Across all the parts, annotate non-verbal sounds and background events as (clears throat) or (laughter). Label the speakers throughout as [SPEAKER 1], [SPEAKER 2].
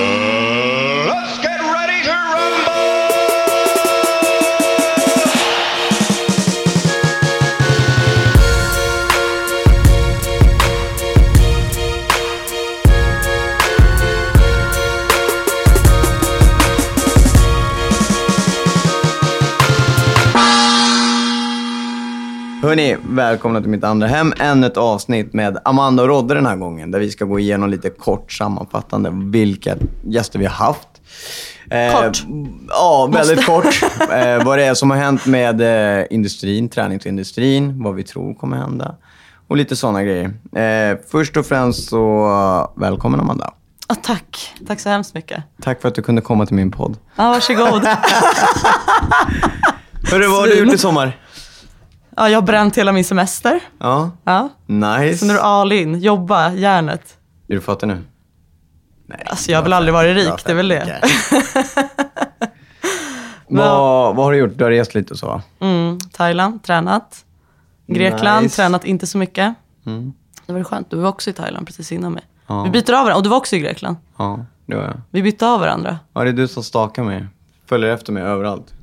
[SPEAKER 1] Let's get ready to rumble!
[SPEAKER 2] Hörni, välkomna till mitt andra hem. Ännu ett avsnitt med Amanda och Rodde den här gången. Där vi ska gå igenom lite kort sammanfattande vilka gäster vi har haft. Eh,
[SPEAKER 3] Kort.
[SPEAKER 2] Ja, väldigt kort. Eh, vad det är som har hänt med eh, industrin, träningsindustrin, vad vi tror kommer hända och lite sådana grejer. Eh, först och främst så eh, välkommen Amanda.
[SPEAKER 3] Ja, tack. Tack så hemskt mycket.
[SPEAKER 2] Tack för att du kunde komma till min podd.
[SPEAKER 3] Ja, varsågod.
[SPEAKER 2] Hörru, vad har du gjort i sommar?
[SPEAKER 3] Ja, jag har bränt hela min semester.
[SPEAKER 2] Ja,
[SPEAKER 3] Ja.
[SPEAKER 2] nice.
[SPEAKER 3] Så nu är det all in. Jobba, järnet.
[SPEAKER 2] Är du fattig nu? Nej.
[SPEAKER 3] Alltså, jag har väl aldrig varit rik,
[SPEAKER 2] Bra
[SPEAKER 3] det är väl det. (laughs)
[SPEAKER 2] skämt. vad, vad har du gjort? Du har rest lite och så va?
[SPEAKER 3] Mm, Thailand, tränat. Grekland,
[SPEAKER 2] Nice. Mm.
[SPEAKER 3] tränat inte så mycket. Det var skönt. Du var också i Thailand precis innan mig.
[SPEAKER 2] Ja.
[SPEAKER 3] Vi byter av varandra. Och du var också i Grekland.
[SPEAKER 2] Ja, det var jag.
[SPEAKER 3] Vi bytte av varandra.
[SPEAKER 2] Ja, det är du som stakar mig. Följer efter mig överallt.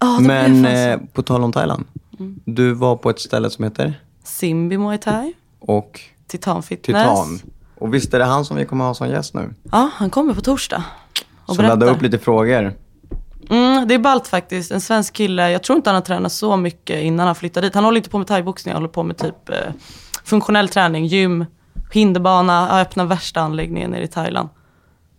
[SPEAKER 3] Oh,
[SPEAKER 2] Men
[SPEAKER 3] eh...
[SPEAKER 2] eh, på tal om Thailand.
[SPEAKER 3] Mm.
[SPEAKER 2] Du var på ett ställe som heter?
[SPEAKER 3] Simbi Muay Thai,
[SPEAKER 2] Och
[SPEAKER 3] Titan Fitness.
[SPEAKER 2] Titan. Och visst är det han som vi kommer ha som gäst nu?
[SPEAKER 3] Ja, han kommer på torsdag. Och
[SPEAKER 2] Som laddar
[SPEAKER 3] berättar.
[SPEAKER 2] upp lite frågor.
[SPEAKER 3] Mm, det är ballt faktiskt. En svensk kille. Jag tror inte han har tränat så mycket innan han flyttade dit. Han håller inte på med thaiboxning. Han håller på med typ eh, funktionell träning, gym, hinderbana. Han öppnar värsta anläggningen nere i Thailand.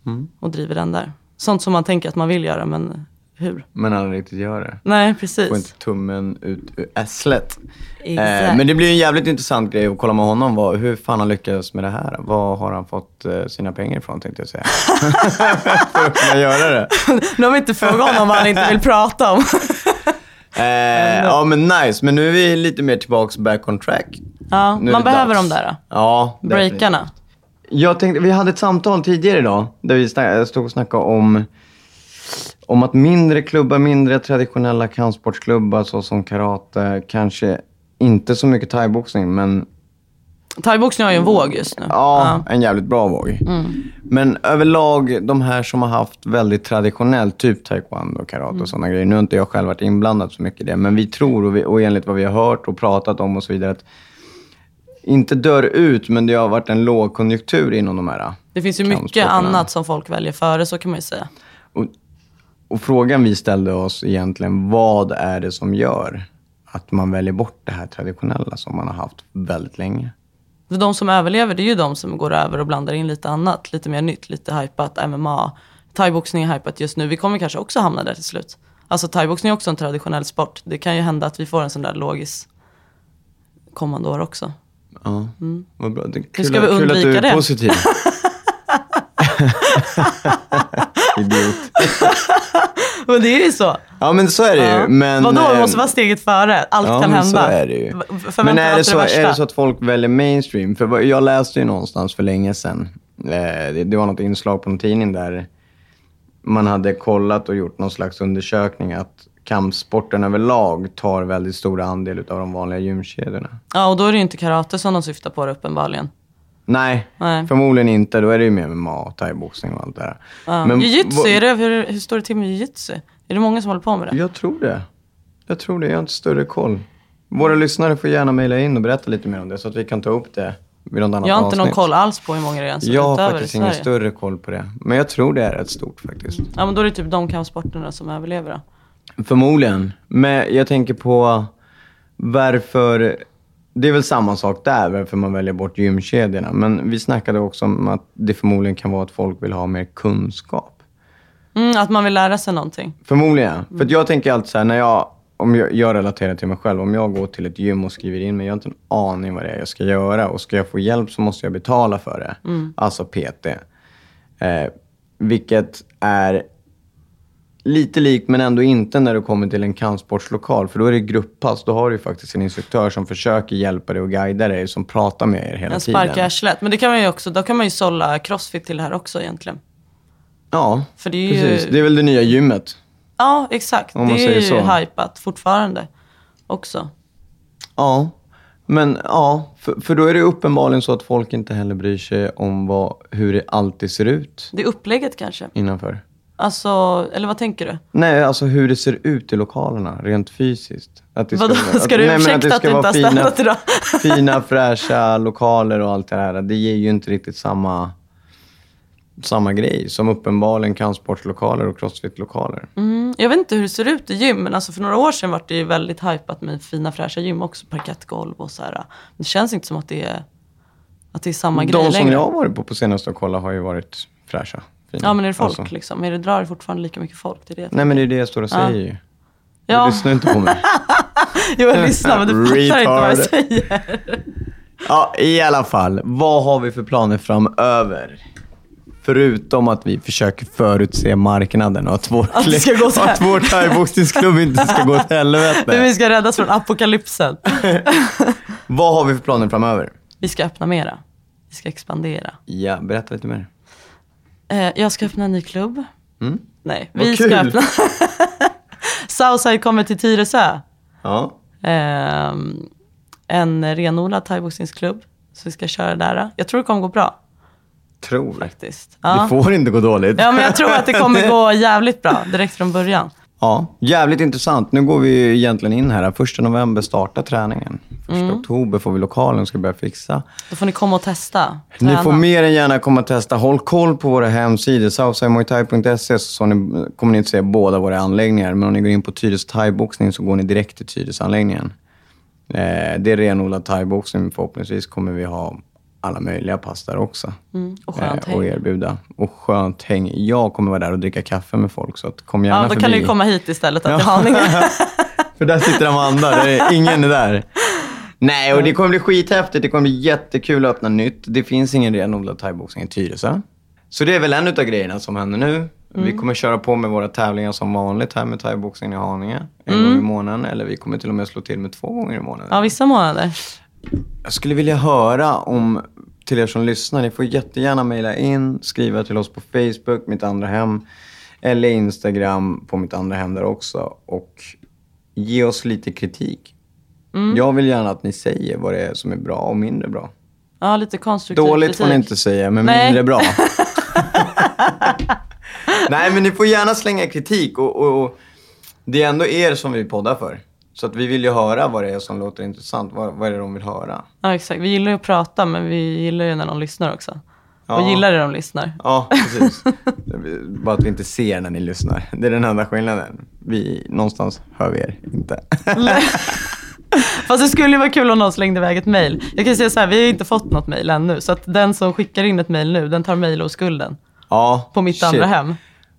[SPEAKER 2] Mm.
[SPEAKER 3] Och driver den där. Sånt som man tänker att man vill göra, men hur?
[SPEAKER 2] Men han riktigt gör det.
[SPEAKER 3] Nej,
[SPEAKER 2] Får
[SPEAKER 3] precis.
[SPEAKER 2] inte tummen ut ur ässlet.
[SPEAKER 3] Exakt.
[SPEAKER 2] Eh, men det blir en jävligt intressant grej att kolla med honom. Vad, hur fan han lyckades med det här? Var har han fått eh, sina pengar ifrån tänkte
[SPEAKER 3] (laughs)
[SPEAKER 2] jag säga. För att kunna göra det.
[SPEAKER 3] Nu har vi inte frågat honom vad han inte vill
[SPEAKER 2] (laughs)
[SPEAKER 3] prata om.
[SPEAKER 2] Eh, ja men nice. Men nu är vi lite mer tillbaks back on track.
[SPEAKER 3] ja,
[SPEAKER 2] Nu är
[SPEAKER 3] man
[SPEAKER 2] det
[SPEAKER 3] behöver
[SPEAKER 2] dags.
[SPEAKER 3] de där eh,
[SPEAKER 2] Ja, definitivt.
[SPEAKER 3] breakarna.
[SPEAKER 2] Jag tänkte, vi hade ett samtal tidigare idag där vi snack, stod och snackade om, om att mindre klubbar, mindre traditionella kampsportsklubbar såsom karate, kanske inte så mycket thaiboxning, men
[SPEAKER 3] Thaiboxning har ju en våg just nu.
[SPEAKER 2] ja, en jävligt bra våg.
[SPEAKER 3] Mm.
[SPEAKER 2] Men överlag, de här som har haft väldigt traditionellt, typ taekwondo, karate
[SPEAKER 3] Mm.
[SPEAKER 2] och sådana grejer. Nu har inte jag själv varit inblandad så mycket i det, men vi tror och, vi, och enligt vad vi har hört och pratat om och så vidare, att inte dör ut, men det har varit en lågkonjunktur inom de här.
[SPEAKER 3] Det finns ju mycket
[SPEAKER 2] Kampsporterna.
[SPEAKER 3] annat som folk väljer före, så kan man ju säga.
[SPEAKER 2] Och frågan vi ställde oss egentligen, vad är det som gör att man väljer bort det här traditionella som man har haft väldigt länge?
[SPEAKER 3] För de som överlever, det är ju de som går över och blandar in lite annat. Lite mer nytt, lite hypat, MMA. Thaiboxning är hypat just nu. Vi kommer kanske också hamna där till slut. Alltså thaiboxning är också en traditionell sport. Det kan ju hända att vi får en sån där logis kommande år också.
[SPEAKER 2] Ja, vad bra. Det är
[SPEAKER 3] Mm. Hur
[SPEAKER 2] kul
[SPEAKER 3] ska
[SPEAKER 2] att-
[SPEAKER 3] vi
[SPEAKER 2] kul att du
[SPEAKER 3] undvika
[SPEAKER 2] är
[SPEAKER 3] det? (laughs)
[SPEAKER 2] positiv. Idiot.
[SPEAKER 3] Men det är ju så.
[SPEAKER 2] Ja, men så är det ju.
[SPEAKER 3] Ja.
[SPEAKER 2] Men,
[SPEAKER 3] Vadå, vi
[SPEAKER 2] eh,
[SPEAKER 3] måste vara steget före. Allt
[SPEAKER 2] ja,
[SPEAKER 3] kan
[SPEAKER 2] men
[SPEAKER 3] hända.
[SPEAKER 2] så är det ju.
[SPEAKER 3] V- Förvänta
[SPEAKER 2] Men
[SPEAKER 3] dig
[SPEAKER 2] är det,
[SPEAKER 3] alltid
[SPEAKER 2] så,
[SPEAKER 3] värsta.
[SPEAKER 2] är det så att folk väljer mainstream? För vad- jag läste ju någonstans för länge sedan. eh, Det, det var något inslag på en tidning där man hade kollat och gjort någon slags undersökning att kampsporten överlag tar väldigt stor andel av de vanliga gymkedjorna.
[SPEAKER 3] Ja, och då är det ju inte karate som de syftar på det, uppenbarligen.
[SPEAKER 2] Nej,
[SPEAKER 3] Nej.
[SPEAKER 2] förmodligen inte. Då är det ju mer MMA, thaiboxning och allt det där. Men
[SPEAKER 3] Jujutsu,
[SPEAKER 2] vad-
[SPEAKER 3] är det, hur, hur står det till med jujutsu? Är det många som håller på med det?
[SPEAKER 2] Jag tror det. Jag tror det. Jag har inte större koll. Våra lyssnare får gärna mejla in och berätta lite mer om det så att vi kan ta upp det vid något annat
[SPEAKER 3] Jag har inte någon
[SPEAKER 2] avsnitt.
[SPEAKER 3] koll alls på hur många det är ens
[SPEAKER 2] Jag har
[SPEAKER 3] utöver
[SPEAKER 2] faktiskt
[SPEAKER 3] i
[SPEAKER 2] ingen
[SPEAKER 3] Sverige.
[SPEAKER 2] större koll på det. Men jag tror det är rätt stort faktiskt.
[SPEAKER 3] Ja, men då är det typ de kampsporterna som överlever då.
[SPEAKER 2] Förmodligen. Men jag tänker på varför... Det är väl samma sak där, varför man väljer bort gymkedjorna. Men vi snackade också om att det förmodligen kan vara att folk vill ha mer kunskap.
[SPEAKER 3] Mm, att man vill lära sig någonting.
[SPEAKER 2] Förmodligen. För
[SPEAKER 3] Mm.
[SPEAKER 2] att jag tänker alltid så här, när jag, om jag, jag relaterar till mig själv. Om jag går till ett gym och skriver in mig, jag har inte en aning vad det är jag ska göra. Och ska jag få hjälp så måste jag betala för det.
[SPEAKER 3] Mm.
[SPEAKER 2] Alltså PT. Eh, vilket är lite likt men ändå inte när du kommer till en kampsportslokal. För då är det grupppass. Då har du ju faktiskt en instruktör som försöker hjälpa dig och guida dig. Som pratar med er hela
[SPEAKER 3] En spark i
[SPEAKER 2] tiden.
[SPEAKER 3] arslet. Men det kan man ju också, då kan man ju sålla crossfit till det här också egentligen.
[SPEAKER 2] Ja,
[SPEAKER 3] För det är ju-
[SPEAKER 2] precis. Det är väl det nya gymmet.
[SPEAKER 3] Ja, exakt.
[SPEAKER 2] Om man
[SPEAKER 3] det är
[SPEAKER 2] säger
[SPEAKER 3] ju
[SPEAKER 2] så.
[SPEAKER 3] hypat fortfarande också.
[SPEAKER 2] Ja, men ja, för, för då är det uppenbarligen så att folk inte heller bryr sig om vad, hur det alltid ser ut
[SPEAKER 3] Det är upplägget kanske.
[SPEAKER 2] innanför.
[SPEAKER 3] Alltså, eller vad tänker du?
[SPEAKER 2] Nej, alltså hur det ser ut i lokalerna rent fysiskt. Att det
[SPEAKER 3] Vadå, ska du
[SPEAKER 2] nej, men
[SPEAKER 3] ursäkta att du inte har städat idag? (laughs)
[SPEAKER 2] fina, fräscha lokaler och allt det här. Det ger ju inte riktigt samma, samma grej som uppenbarligen kampsportslokaler och crossfit-lokaler.
[SPEAKER 3] Mm, Jag vet inte hur det ser ut i gym, men alltså för några år sedan var det ju väldigt hypat med fina fräscha gym också. Parkettgolv och så här. Men det känns inte som att det är, att det är samma grej
[SPEAKER 2] De som
[SPEAKER 3] längre.
[SPEAKER 2] jag har varit på på senaste och kollat har ju varit fräscha. Fina.
[SPEAKER 3] Ja men är det folk
[SPEAKER 2] Alltså.
[SPEAKER 3] liksom? Är det, drar det fortfarande lika mycket folk? Det är det jag
[SPEAKER 2] Nej, men det är det jag står och säger ju. Du
[SPEAKER 3] Ja,
[SPEAKER 2] lyssnar inte på mig.
[SPEAKER 3] jo, jag lyssnar men du fattar inte vad jag
[SPEAKER 2] Retard.
[SPEAKER 3] säger.
[SPEAKER 2] (laughs) Ja, i alla fall. Vad har vi för planer framöver? Förutom att vi försöker förutse marknaden och att vår,
[SPEAKER 3] Att det ska gå så
[SPEAKER 2] (laughs)
[SPEAKER 3] här.
[SPEAKER 2] att vår thaiboxningsklubb inte ska gå åt (laughs)
[SPEAKER 3] Men vi
[SPEAKER 2] helvete.
[SPEAKER 3] ska räddas från apokalypsen.
[SPEAKER 2] Vad har vi för planer framöver?
[SPEAKER 3] Vi ska öppna mera. Vi ska expandera.
[SPEAKER 2] Ja, berätta lite mer.
[SPEAKER 3] Eh, jag ska öppna en ny klubb. Nej,
[SPEAKER 2] Mm. Vad
[SPEAKER 3] vi
[SPEAKER 2] kul.
[SPEAKER 3] ska öppna... (laughs) Southside kommer till Tyresö.
[SPEAKER 2] Ja.
[SPEAKER 3] Ehm, en renodlad thaiboxningsklubb. Så vi ska köra där. Jag tror det kommer gå bra
[SPEAKER 2] Tror.
[SPEAKER 3] faktiskt.
[SPEAKER 2] Det
[SPEAKER 3] Ja.
[SPEAKER 2] får inte gå dåligt.
[SPEAKER 3] ja, men jag tror att det kommer
[SPEAKER 2] (laughs)
[SPEAKER 3] gå jävligt bra direkt från början.
[SPEAKER 2] Ja, jävligt intressant. Nu går vi ju egentligen in här. Första november startar träningen. Första oktober får vi lokalen och ska börja fixa.
[SPEAKER 3] Då får ni komma och testa.
[SPEAKER 2] Ni
[SPEAKER 3] Träna.
[SPEAKER 2] får mer än gärna komma och testa. Håll koll på våra hemsidor, southsidemuaythai.se, så, så ni, kommer ni inte se båda våra anläggningar. Men om ni går in på Tyres thaiboxning så går ni direkt till Tyres-anläggningen. Eh, det är renodlad thaiboxning, men förhoppningsvis kommer vi ha alla möjliga pass där också.
[SPEAKER 3] Mm,
[SPEAKER 2] Eh,
[SPEAKER 3] och skönt
[SPEAKER 2] och
[SPEAKER 3] häng.
[SPEAKER 2] erbjuda. Och skönt häng. Jag kommer vara där och dricka kaffe med folk, så att kom gärna
[SPEAKER 3] Ja, då
[SPEAKER 2] förbi.
[SPEAKER 3] kan ni komma hit istället
[SPEAKER 2] Ja. (laughs)
[SPEAKER 3] till Haninge.
[SPEAKER 2] För där sitter Amanda, det är ingen är där. Nej, och det kommer bli skithäftigt. Det kommer bli jättekul att öppna nytt. Det finns ingen renodlad thaiboxning i Tyresö. Så det är väl en av grejerna som händer nu. Vi kommer köra på med våra tävlingar som vanligt här med thaiboxning i Haninge. En gång i månaden. Eller vi kommer till och med slå till med två gånger i månaden.
[SPEAKER 3] Ja, vissa månader.
[SPEAKER 2] Jag skulle vilja höra om, till er som lyssnar, ni får jättegärna mejla in, skriva till oss på Facebook, mitt andra hem, eller Instagram på mitt andra hem där också. Och ge oss lite kritik.
[SPEAKER 3] Mm.
[SPEAKER 2] Jag vill gärna att ni säger vad det är som är bra och mindre bra.
[SPEAKER 3] Ja, lite konstruktiv
[SPEAKER 2] Dåligt
[SPEAKER 3] kritik.
[SPEAKER 2] får ni inte säga, men
[SPEAKER 3] Nej.
[SPEAKER 2] mindre
[SPEAKER 3] (laughs)
[SPEAKER 2] bra. Nej, men ni får gärna slänga kritik. Och, och, och Det är ändå er som vi poddar för. Så att vi vill ju höra vad det är som låter intressant. Vad, vad är det de vill höra?
[SPEAKER 3] Ja, exakt. Vi gillar ju att prata, men vi gillar ju när de lyssnar också. Och gillar det de lyssnar.
[SPEAKER 2] Ja, precis. Bara att vi inte ser när ni lyssnar. Det är den enda skillnaden. Vi, någonstans hör vi er
[SPEAKER 3] (laughs)
[SPEAKER 2] inte.
[SPEAKER 3] (laughs) Fast det skulle ju vara kul om någon slängde iväg ett mejl. Jag kan säga så här, vi har inte fått något mejl ännu. Så att den som skickar in ett mejl nu, den tar mejloskulden.
[SPEAKER 2] ja,
[SPEAKER 3] På mitt
[SPEAKER 2] shit.
[SPEAKER 3] andra hem.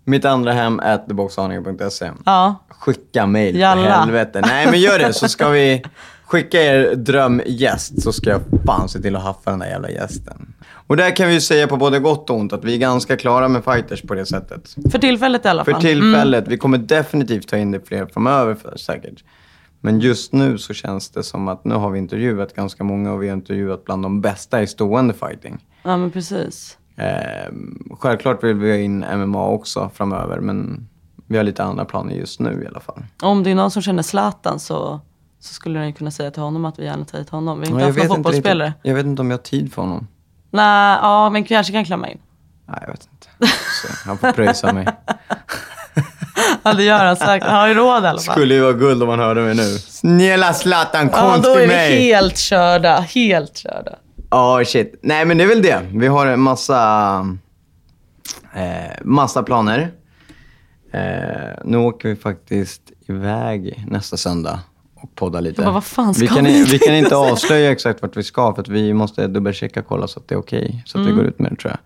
[SPEAKER 2] Mitt andra hem at theboxhaninge.se.
[SPEAKER 3] Ja.
[SPEAKER 2] Skicka mejl för
[SPEAKER 3] Jalla.
[SPEAKER 2] helvete. Nej, men gör det så ska
[SPEAKER 3] (laughs)
[SPEAKER 2] vi skicka er drömgäst så ska jag fan se till att haffa den där jävla gästen. Och där kan vi ju säga på både gott och ont att vi är ganska klara med fighters på det sättet.
[SPEAKER 3] För tillfället i alla
[SPEAKER 2] För
[SPEAKER 3] fall.
[SPEAKER 2] tillfället.
[SPEAKER 3] Mm.
[SPEAKER 2] Vi kommer definitivt ta in det fler framöver för, säkert. Men just nu så känns det som att nu har vi intervjuat ganska många och vi har intervjuat bland de bästa i stående fighting.
[SPEAKER 3] Ja, men precis.
[SPEAKER 2] Ehm, självklart vill vi ha in MMA också framöver men vi har lite andra planer just nu i alla fall.
[SPEAKER 3] Om det är någon som känner Zlatan så, så skulle den ju kunna säga till honom att vi gärna tar hit honom. Vi har
[SPEAKER 2] Men
[SPEAKER 3] inte haft någon
[SPEAKER 2] inte riktigt-
[SPEAKER 3] fotbollsspelare.
[SPEAKER 2] jag vet inte om jag har tid för honom.
[SPEAKER 3] Nej, ja, men kanske kan klämma in.
[SPEAKER 2] Nej, jag vet
[SPEAKER 3] (laughs)
[SPEAKER 2] inte. Så, han får pröjsa mig.
[SPEAKER 3] Ja, det gör han säkert. Han har ju råd i alla fall.
[SPEAKER 2] Skulle ju vara guld om han hörde mig nu. Snälla Zlatan, kom
[SPEAKER 3] Ja, då
[SPEAKER 2] till
[SPEAKER 3] är vi
[SPEAKER 2] mig!
[SPEAKER 3] helt körda. Helt körda.
[SPEAKER 2] Ja, shit. Nej, men det är väl det. Vi har en massa, eh, massa planer. Eh, nu åker vi faktiskt iväg nästa söndag och poddar lite.
[SPEAKER 3] Jag bara, vad fan ska
[SPEAKER 2] vi kan,
[SPEAKER 3] vi?
[SPEAKER 2] vi kan inte avslöja exakt vart vi ska, för att vi måste dubbelchecka och kolla så att det är okej. så att
[SPEAKER 3] Mm.
[SPEAKER 2] vi går ut med det, tror jag.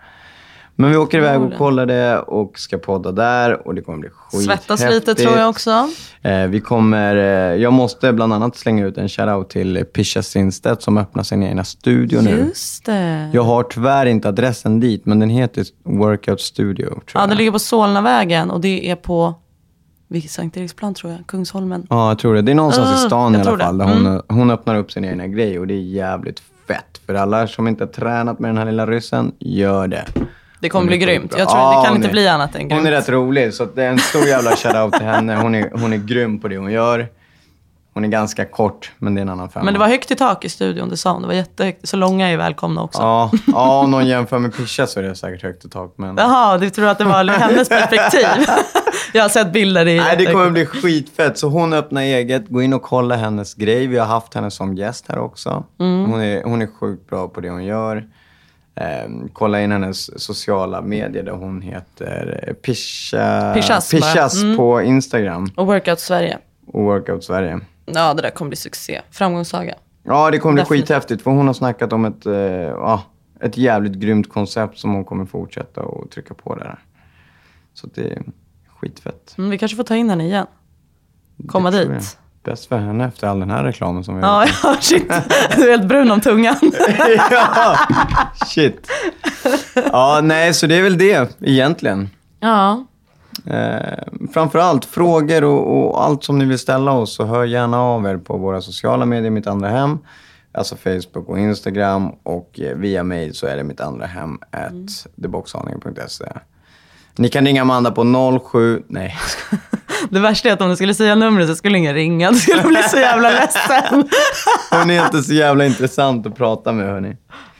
[SPEAKER 2] Men vi åker iväg och kollar det och ska podda där och det kommer bli skithäftigt.
[SPEAKER 3] Svettas lite tror jag också.
[SPEAKER 2] Eh, vi kommer, eh, jag måste bland annat slänga ut en shoutout till Pisha Sinstedt som öppnar sin egna studio nu.
[SPEAKER 3] Just det.
[SPEAKER 2] Jag har tyvärr inte adressen dit, men den heter Workout Studio. Tror
[SPEAKER 3] Ja,
[SPEAKER 2] jag.
[SPEAKER 3] den ligger på Solnavägen och det är på vilket Sankt Eriksplan tror jag, Kungsholmen.
[SPEAKER 2] ja, jag tror det. Det är någonstans
[SPEAKER 3] Ah,
[SPEAKER 2] i stan i
[SPEAKER 3] jag
[SPEAKER 2] alla
[SPEAKER 3] tror det. Mm.
[SPEAKER 2] fall. Där hon, hon öppnar upp sin egna grej och det är jävligt fett. För alla som inte har tränat med den här lilla ryssen, gör det.
[SPEAKER 3] Det kommer
[SPEAKER 2] Hon
[SPEAKER 3] bli
[SPEAKER 2] är
[SPEAKER 3] grymt.
[SPEAKER 2] skitbra.
[SPEAKER 3] Jag tror
[SPEAKER 2] Ja,
[SPEAKER 3] det kan
[SPEAKER 2] hon
[SPEAKER 3] inte
[SPEAKER 2] är-
[SPEAKER 3] bli annat än
[SPEAKER 2] Hon är
[SPEAKER 3] grymt.
[SPEAKER 2] rätt rolig, så att det är en stor jävla shoutout till henne. Hon är, hon är grym på det hon gör. Hon är ganska kort, men det är en annan femma.
[SPEAKER 3] Men det var högt i tak i studion, det sa hon. Det var jättehögt. Så långa är välkomna också.
[SPEAKER 2] Ja, ja, om någon jämför med Pisha så är det säkert högt i tak. Men...
[SPEAKER 3] Jaha, du tror att det var liksom
[SPEAKER 2] (laughs)
[SPEAKER 3] hennes perspektiv? jag har sett bilder i...
[SPEAKER 2] Nej, det kommer bli skitfett. Så hon öppnar eget. Gå in och kolla hennes grej. Vi har haft henne som gäst här också. Hon, är, hon är sjukt bra på det hon gör. Ehm, kolla in hennes sociala medier där hon heter eh, Pisha,
[SPEAKER 3] Pishas bara.
[SPEAKER 2] Pishas på Instagram
[SPEAKER 3] Och Workout Sverige.
[SPEAKER 2] och Workout Sverige.
[SPEAKER 3] Ja, det där kommer bli succé. Framgångssaga.
[SPEAKER 2] Ja, det kommer bli
[SPEAKER 3] Definitivt.
[SPEAKER 2] skithäftigt för hon har snackat om ett, eh, ja, ett jävligt grymt koncept som hon kommer fortsätta och trycka på där. Så det är skitfett.
[SPEAKER 3] Mm, vi kanske får ta in henne igen. Komma
[SPEAKER 2] Det tror jag.
[SPEAKER 3] dit.
[SPEAKER 2] Bäst för henne efter all den här reklamen som vi har
[SPEAKER 3] Ja, (laughs) ja, shit. Du är helt brun om tungan.
[SPEAKER 2] ja, shit. Ja, nej, så det är väl det egentligen.
[SPEAKER 3] (laughs) ja,
[SPEAKER 2] Eh, framförallt frågor och, och allt som ni vill ställa oss så hör gärna av er på våra sociala medier, Mitt andra hem. Alltså Facebook och Instagram och eh, via mail så är det mitt andra hem at theboxhaningen.se. E. Ni kan ringa Amanda på 07... Nej, (laughs)
[SPEAKER 3] det värsta är att om du skulle säga numret så skulle ingen ringa. Du skulle bli så jävla (laughs) ledsen.
[SPEAKER 2] hon är inte så jävla intressant att prata med hörni.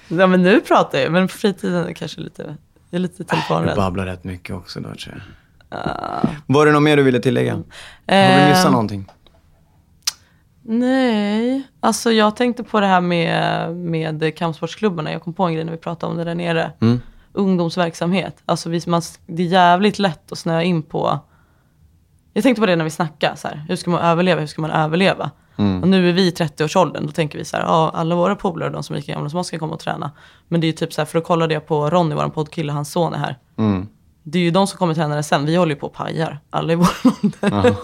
[SPEAKER 3] Ja, men nu pratar jag ju, Men på fritiden är det kanske lite... Jag är lite
[SPEAKER 2] Du
[SPEAKER 3] telefonrädd.
[SPEAKER 2] babblar rätt mycket också då tror jag. Var det något mer du ville tillägga? Har vi missat
[SPEAKER 3] Ehm,
[SPEAKER 2] någonting?
[SPEAKER 3] Nej, alltså jag tänkte på det här med, med kampsportsklubbarna. Jag kom på en grej när vi pratade om det där nere. Ungdomsverksamhet. Alltså vi, man, det är jävligt lätt att snöa in på. Jag tänkte på det när vi snackade. Så här, hur ska man överleva? Hur ska man överleva? Och nu är vi i 30-årsåldern. Då tänker vi så här, ja, alla våra polare, de som är lika gamla som oss, kan komma och träna. Men det är ju typ så här, för då kollade jag på Ronny, vår poddkille, hans son är här. Det är ju de som kommer träna det sen. Vi håller ju på och pajar, alla i vår (laughs) ålder.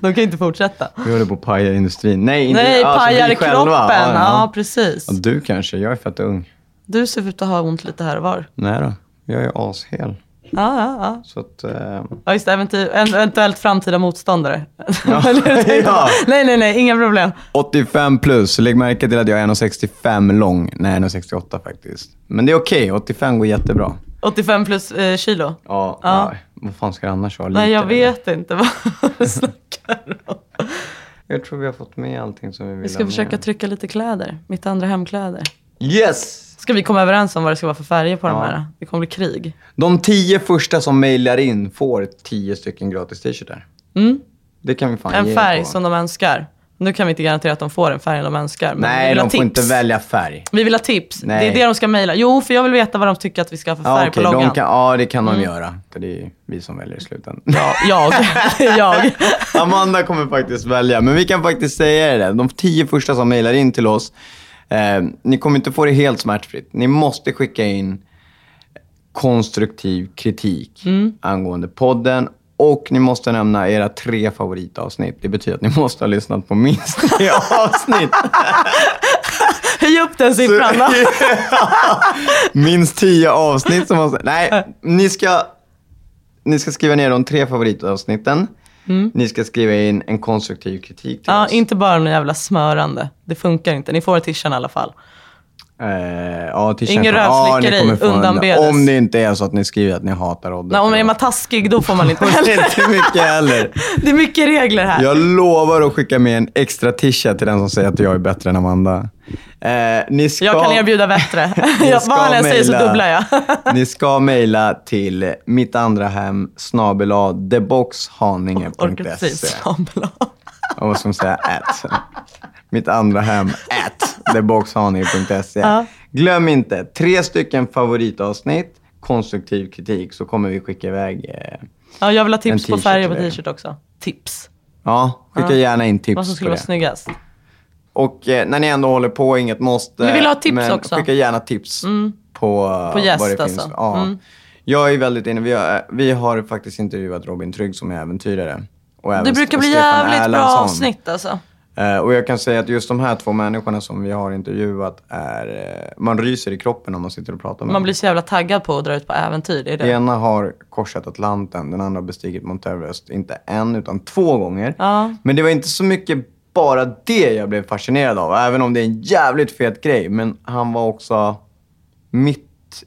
[SPEAKER 3] de kan ju inte fortsätta.
[SPEAKER 2] Vi håller på att paja industrin. Nej, inte,
[SPEAKER 3] Nej,
[SPEAKER 2] alltså, vi
[SPEAKER 3] pajar
[SPEAKER 2] själva.
[SPEAKER 3] kroppen. Ja,
[SPEAKER 2] Ja,
[SPEAKER 3] precis.
[SPEAKER 2] ja. Du kanske, jag är fett ung.
[SPEAKER 3] Du ser ut att ha ont lite här och var.
[SPEAKER 2] Nej då, jag är ashel.
[SPEAKER 3] Ja, ja, ja.
[SPEAKER 2] Så att, eh,
[SPEAKER 3] ja just det. Eventu- en- eventuellt framtida motståndare. (laughs)
[SPEAKER 2] (laughs) Ja.
[SPEAKER 3] nej, nej, nej. Inga problem.
[SPEAKER 2] 85 plus, lägg märke till att jag är 1,65 lång. Nej, 1,68 faktiskt. Men det är okej, 85 går jättebra.
[SPEAKER 3] 85 plus eh, kilo.
[SPEAKER 2] Ja,
[SPEAKER 3] Ja.
[SPEAKER 2] nej, vad fan ska det annars vara?
[SPEAKER 3] Nej,
[SPEAKER 2] Liter,
[SPEAKER 3] jag
[SPEAKER 2] eller?
[SPEAKER 3] vet inte vad
[SPEAKER 2] (laughs)
[SPEAKER 3] du snackar om.
[SPEAKER 2] Jag tror vi har fått med allting som vi vill
[SPEAKER 3] Vi
[SPEAKER 2] ha
[SPEAKER 3] ska
[SPEAKER 2] med.
[SPEAKER 3] försöka trycka lite kläder. Mitt andra hemkläder.
[SPEAKER 2] Yes!
[SPEAKER 3] Ska vi komma överens om vad det ska vara för färger på de här? Det kommer bli krig.
[SPEAKER 2] De tio första som mejlar in får 10 stycken gratis t-shirtar. Det kan vi fan ge
[SPEAKER 3] Mm. En
[SPEAKER 2] er
[SPEAKER 3] färg
[SPEAKER 2] på.
[SPEAKER 3] som de önskar. Nu kan vi inte garantera att de får den färgen de önskar. Men vi
[SPEAKER 2] Nej,
[SPEAKER 3] vill ha
[SPEAKER 2] de får inte
[SPEAKER 3] tips.
[SPEAKER 2] välja färg.
[SPEAKER 3] Vi vill ha tips.
[SPEAKER 2] Nej.
[SPEAKER 3] Det är det de ska mejla. Jo, för jag vill veta vad de tycker att vi ska ha för färg på
[SPEAKER 2] okej, de
[SPEAKER 3] loggan.
[SPEAKER 2] kan, ja, det kan de göra. För det är ju vi som väljer i slutändan. (laughs)
[SPEAKER 3] Ja, jag. (laughs) jag.
[SPEAKER 2] Amanda kommer faktiskt välja, men vi kan faktiskt säga er det. De tio första som mejlar in till oss, eh, ni kommer inte få det helt smärtfritt. Ni måste skicka in konstruktiv kritik angående podden och ni måste nämna era tre favoritavsnitt. Det betyder att ni måste ha lyssnat på minst tre (laughs) avsnitt.
[SPEAKER 3] Höj upp
[SPEAKER 2] (laughs)
[SPEAKER 3] den siffran då.
[SPEAKER 2] Minst tio avsnitt som måste... Nej, ni ska, ni ska skriva ner de tre favoritavsnitten. Ni ska skriva in en konstruktiv kritik till
[SPEAKER 3] Mm. Ja,
[SPEAKER 2] oss.
[SPEAKER 3] inte bara någon jävla smörande. Det funkar inte. Ni får t-shirten i alla fall.
[SPEAKER 2] Eh, ja, till
[SPEAKER 3] Ingen
[SPEAKER 2] känslan. Ja, ni
[SPEAKER 3] rövslickeri,
[SPEAKER 2] kommer få en-
[SPEAKER 3] undanbedes.
[SPEAKER 2] Om det inte är så att ni skriver att ni hatar Odde.
[SPEAKER 3] Nej, om är
[SPEAKER 2] förlåt.
[SPEAKER 3] man taskig, då får
[SPEAKER 2] (laughs)
[SPEAKER 3] man inte
[SPEAKER 2] Det är inte mycket heller.
[SPEAKER 3] (laughs) Det är mycket regler här.
[SPEAKER 2] Jag lovar att skicka med en extra t-shirt till den som säger att jag är bättre än Amanda. Eh, ni ska,
[SPEAKER 3] Jag kan
[SPEAKER 2] (laughs)
[SPEAKER 3] erbjuda bättre. (laughs)
[SPEAKER 2] ni
[SPEAKER 3] Jag,
[SPEAKER 2] ska
[SPEAKER 3] vad han än säger så
[SPEAKER 2] mejla-
[SPEAKER 3] dubblar
[SPEAKER 2] (laughs)
[SPEAKER 3] jag. (laughs)
[SPEAKER 2] ni ska mejla till mittandrahem
[SPEAKER 3] Orkat säga (laughs)
[SPEAKER 2] theboxhaninge.se.
[SPEAKER 3] snabel-a.
[SPEAKER 2] E. Och vad ska man säga? At. Mitt andra hem, at theboxhaninge.se. E. Glöm inte, tre stycken favoritavsnitt, konstruktiv kritik, så kommer vi skicka iväg. Eh,
[SPEAKER 3] Ja, jag vill ha
[SPEAKER 2] En
[SPEAKER 3] tips på
[SPEAKER 2] t-shirt
[SPEAKER 3] färger på
[SPEAKER 2] till dig.
[SPEAKER 3] t-shirt också. Tips.
[SPEAKER 2] ja, skicka gärna in
[SPEAKER 3] Vad
[SPEAKER 2] tips
[SPEAKER 3] som
[SPEAKER 2] på
[SPEAKER 3] skulle vara
[SPEAKER 2] det.
[SPEAKER 3] snyggast.
[SPEAKER 2] Och eh, när ni ändå håller på, inget måste.
[SPEAKER 3] Vi vill ha tips
[SPEAKER 2] men
[SPEAKER 3] också. Mm.
[SPEAKER 2] Skicka gärna tips på, eh,
[SPEAKER 3] På gäst
[SPEAKER 2] vad det finns.
[SPEAKER 3] alltså.
[SPEAKER 2] Ja. Jag är väldigt inne. Vi har, eh, vi har faktiskt intervjuat Robin Trygg som är äventyrare. Och även
[SPEAKER 3] Det
[SPEAKER 2] Ste-
[SPEAKER 3] brukar bli
[SPEAKER 2] Stefan
[SPEAKER 3] jävligt bra
[SPEAKER 2] Erlandsson.
[SPEAKER 3] avsnitt alltså.
[SPEAKER 2] Eh, Och jag kan säga att just de här två människorna som vi har intervjuat är... eh, Man ryser i kroppen om man sitter och pratar med
[SPEAKER 3] Man
[SPEAKER 2] dem.
[SPEAKER 3] blir så jävla taggad på att dra ut på äventyr. Det är det.
[SPEAKER 2] Ena har korsat Atlanten, den andra har bestigit Mount Everest. Inte en, utan två gånger. Men det var inte så mycket bara det jag blev fascinerad av. Även om det är en jävligt fet grej. Men han var också mitt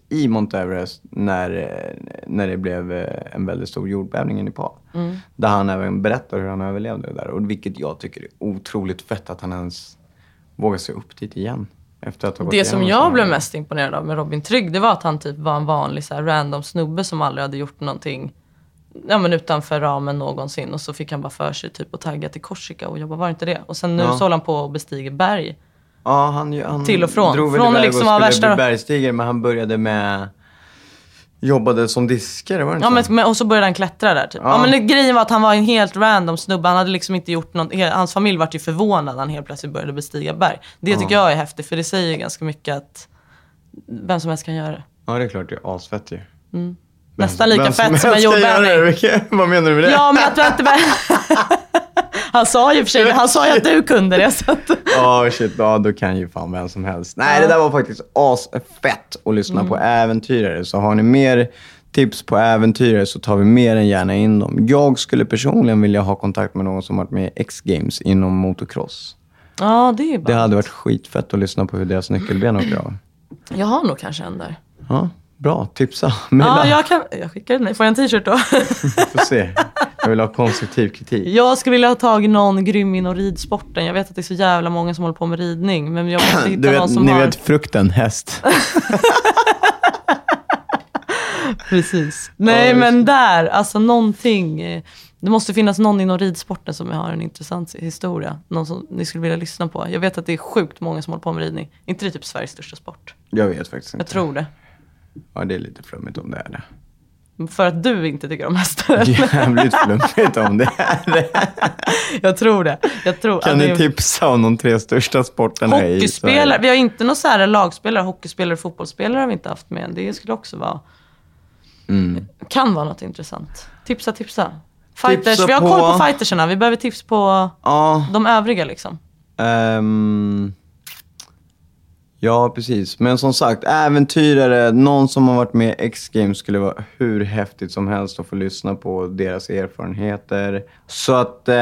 [SPEAKER 2] i Mount Everest när, eh, när det blev eh, en väldigt stor jordbävning i Nepal.
[SPEAKER 3] Mm.
[SPEAKER 2] Där han även berättar hur han överlevde det där. Och vilket jag tycker är otroligt fett att han ens vågar sig upp dit igen. Efter att ha gått
[SPEAKER 3] Det som
[SPEAKER 2] igenom en
[SPEAKER 3] jag
[SPEAKER 2] sån
[SPEAKER 3] blev
[SPEAKER 2] här-
[SPEAKER 3] mest imponerad av med Robin Trygg, det var att han typ var en vanlig så här, random snubbe som aldrig hade gjort någonting ja, men utanför ramen någonsin. Och så fick han bara för sig typ att tagga till Korsika och jag bara, var det inte det? Och sen nu så håller han på och bestiger berg.
[SPEAKER 2] Ja, han, ju- han
[SPEAKER 3] Till och från.
[SPEAKER 2] drog väl
[SPEAKER 3] Från att
[SPEAKER 2] iväg
[SPEAKER 3] liksom
[SPEAKER 2] och
[SPEAKER 3] vara
[SPEAKER 2] skulle
[SPEAKER 3] värsta-
[SPEAKER 2] bli bergstigare, men han började med... Jobbade som diskare, var det inte
[SPEAKER 3] Ja, men,
[SPEAKER 2] så?
[SPEAKER 3] men, och så började han klättra där typ. Ja.
[SPEAKER 2] Ja.
[SPEAKER 3] men grejen var att han var en helt random snubbe. Han hade liksom inte gjort något. he- Hans familj vart ju förvånad när han helt plötsligt började bestiga berg. Det tycker jag är häftigt för det säger ju ganska mycket att vem som helst kan göra det.
[SPEAKER 2] Ja, det är klart. Det är asfett ju. Vem-
[SPEAKER 3] Nästan lika
[SPEAKER 2] vem
[SPEAKER 3] fett som en
[SPEAKER 2] helst kan göra det,
[SPEAKER 3] jordbävning.
[SPEAKER 2] vilket- Vad menar du med det?
[SPEAKER 3] Ja, men att du inte... (laughs) han sa ju i och för sig han sa ju att du kunde det. Så att...
[SPEAKER 2] Ja, shit. Ja, då kan ju fan vem som helst. Nej, det där var faktiskt asfett att lyssna på
[SPEAKER 3] Mm.
[SPEAKER 2] äventyrare. Så har ni mer tips på äventyrare så tar vi mer än gärna in dem. Jag skulle personligen vilja ha kontakt med någon som varit med i X-games inom motocross.
[SPEAKER 3] Ja, det är ju
[SPEAKER 2] Det
[SPEAKER 3] bara...
[SPEAKER 2] hade varit skitfett att lyssna på hur deras nyckelben åker av.
[SPEAKER 3] Jag har nog kanske en där.
[SPEAKER 2] Ja, bra. Tipsa. (laughs) Mejla.
[SPEAKER 3] Ja, jag kan... Jag skickar den. Får jag en t-shirt då?
[SPEAKER 2] Får se. Jag vill ha konstruktiv kritik.
[SPEAKER 3] (laughs) jag skulle vilja ha tagit någon grym inom ridsporten. Jag vet att det är så jävla många som håller på med ridning. Men jag
[SPEAKER 2] (clears throat)
[SPEAKER 3] måste hitta
[SPEAKER 2] Du
[SPEAKER 3] någon
[SPEAKER 2] vet,
[SPEAKER 3] som
[SPEAKER 2] ni
[SPEAKER 3] har...
[SPEAKER 2] vet frukten,
[SPEAKER 3] (laughs)
[SPEAKER 2] häst.
[SPEAKER 3] Precis. Nej,
[SPEAKER 2] Ja,
[SPEAKER 3] men där. Alltså någonting. eh, Det måste finnas någon inom ridsporten som har en intressant historia. Någon som ni skulle vilja lyssna på. Jag vet att det är sjukt många som håller på med ridning. inte det typ Sveriges största sport?
[SPEAKER 2] Jag vet faktiskt inte.
[SPEAKER 3] Jag tror det.
[SPEAKER 2] Ja, det är lite flummigt om det är det.
[SPEAKER 3] För att du inte tycker
[SPEAKER 2] (laughs)
[SPEAKER 3] om hästar.
[SPEAKER 2] Jävligt flummigt om det är det.
[SPEAKER 3] (laughs) Jag tror det. Jag tror,
[SPEAKER 2] Kan
[SPEAKER 3] ja,
[SPEAKER 2] ni
[SPEAKER 3] det är-
[SPEAKER 2] tipsa om de tre största sporterna i
[SPEAKER 3] Hockeyspelare.
[SPEAKER 2] Sverige?
[SPEAKER 3] Vi har inte någon så här lagspelare. Hockeyspelare och fotbollsspelare har vi inte haft med. Det skulle också vara...
[SPEAKER 2] Mm.
[SPEAKER 3] Kan vara något intressant. Tipsa, tipsa. Fighters. vi har
[SPEAKER 2] på-
[SPEAKER 3] koll på fightersarna. Vi behöver tips på
[SPEAKER 2] Ja,
[SPEAKER 3] de övriga liksom.
[SPEAKER 2] ehm, ja, precis. Men som sagt, äventyrare, någon som har varit med i X-Games skulle vara hur häftigt som helst att få lyssna på deras erfarenheter. Så att, eh,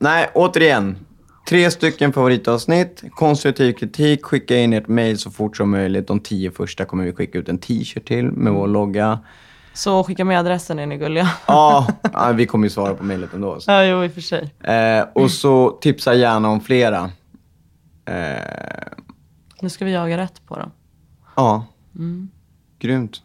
[SPEAKER 2] nej, återigen. Tre stycken favoritavsnitt, konstruktiv kritik, skicka in ert mejl så fort som möjligt. De tio första kommer vi skicka ut en t-shirt till med vår logga.
[SPEAKER 3] Så skicka med adressen är ni gulliga. (laughs)
[SPEAKER 2] Ja, ja, vi kommer ju svara på mejlet ändå. Så.
[SPEAKER 3] Ja, jo i och för sig.
[SPEAKER 2] Eh, och så tipsa gärna om flera. Eh,
[SPEAKER 3] Nu ska vi jaga rätt på dem.
[SPEAKER 2] ja,
[SPEAKER 3] Mm.
[SPEAKER 2] grymt.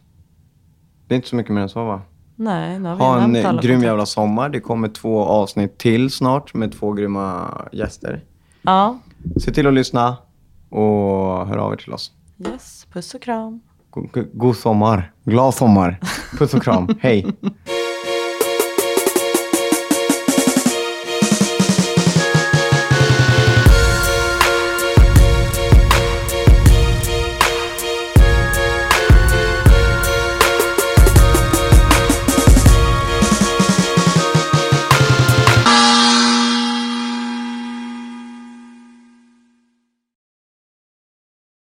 [SPEAKER 2] Det är inte så mycket mer än så va?
[SPEAKER 3] Nej, nu har vi
[SPEAKER 2] Ha en
[SPEAKER 3] nämnt alla
[SPEAKER 2] eh, grym
[SPEAKER 3] kontakter.
[SPEAKER 2] jävla sommar. Det kommer två avsnitt till snart med två grymma gäster.
[SPEAKER 3] Ja,
[SPEAKER 2] Se till att lyssna och hör av er till oss.
[SPEAKER 3] yes. Puss och kram. (laughs)
[SPEAKER 2] God, god sommar. Glad sommar. Puss och kram. Hej.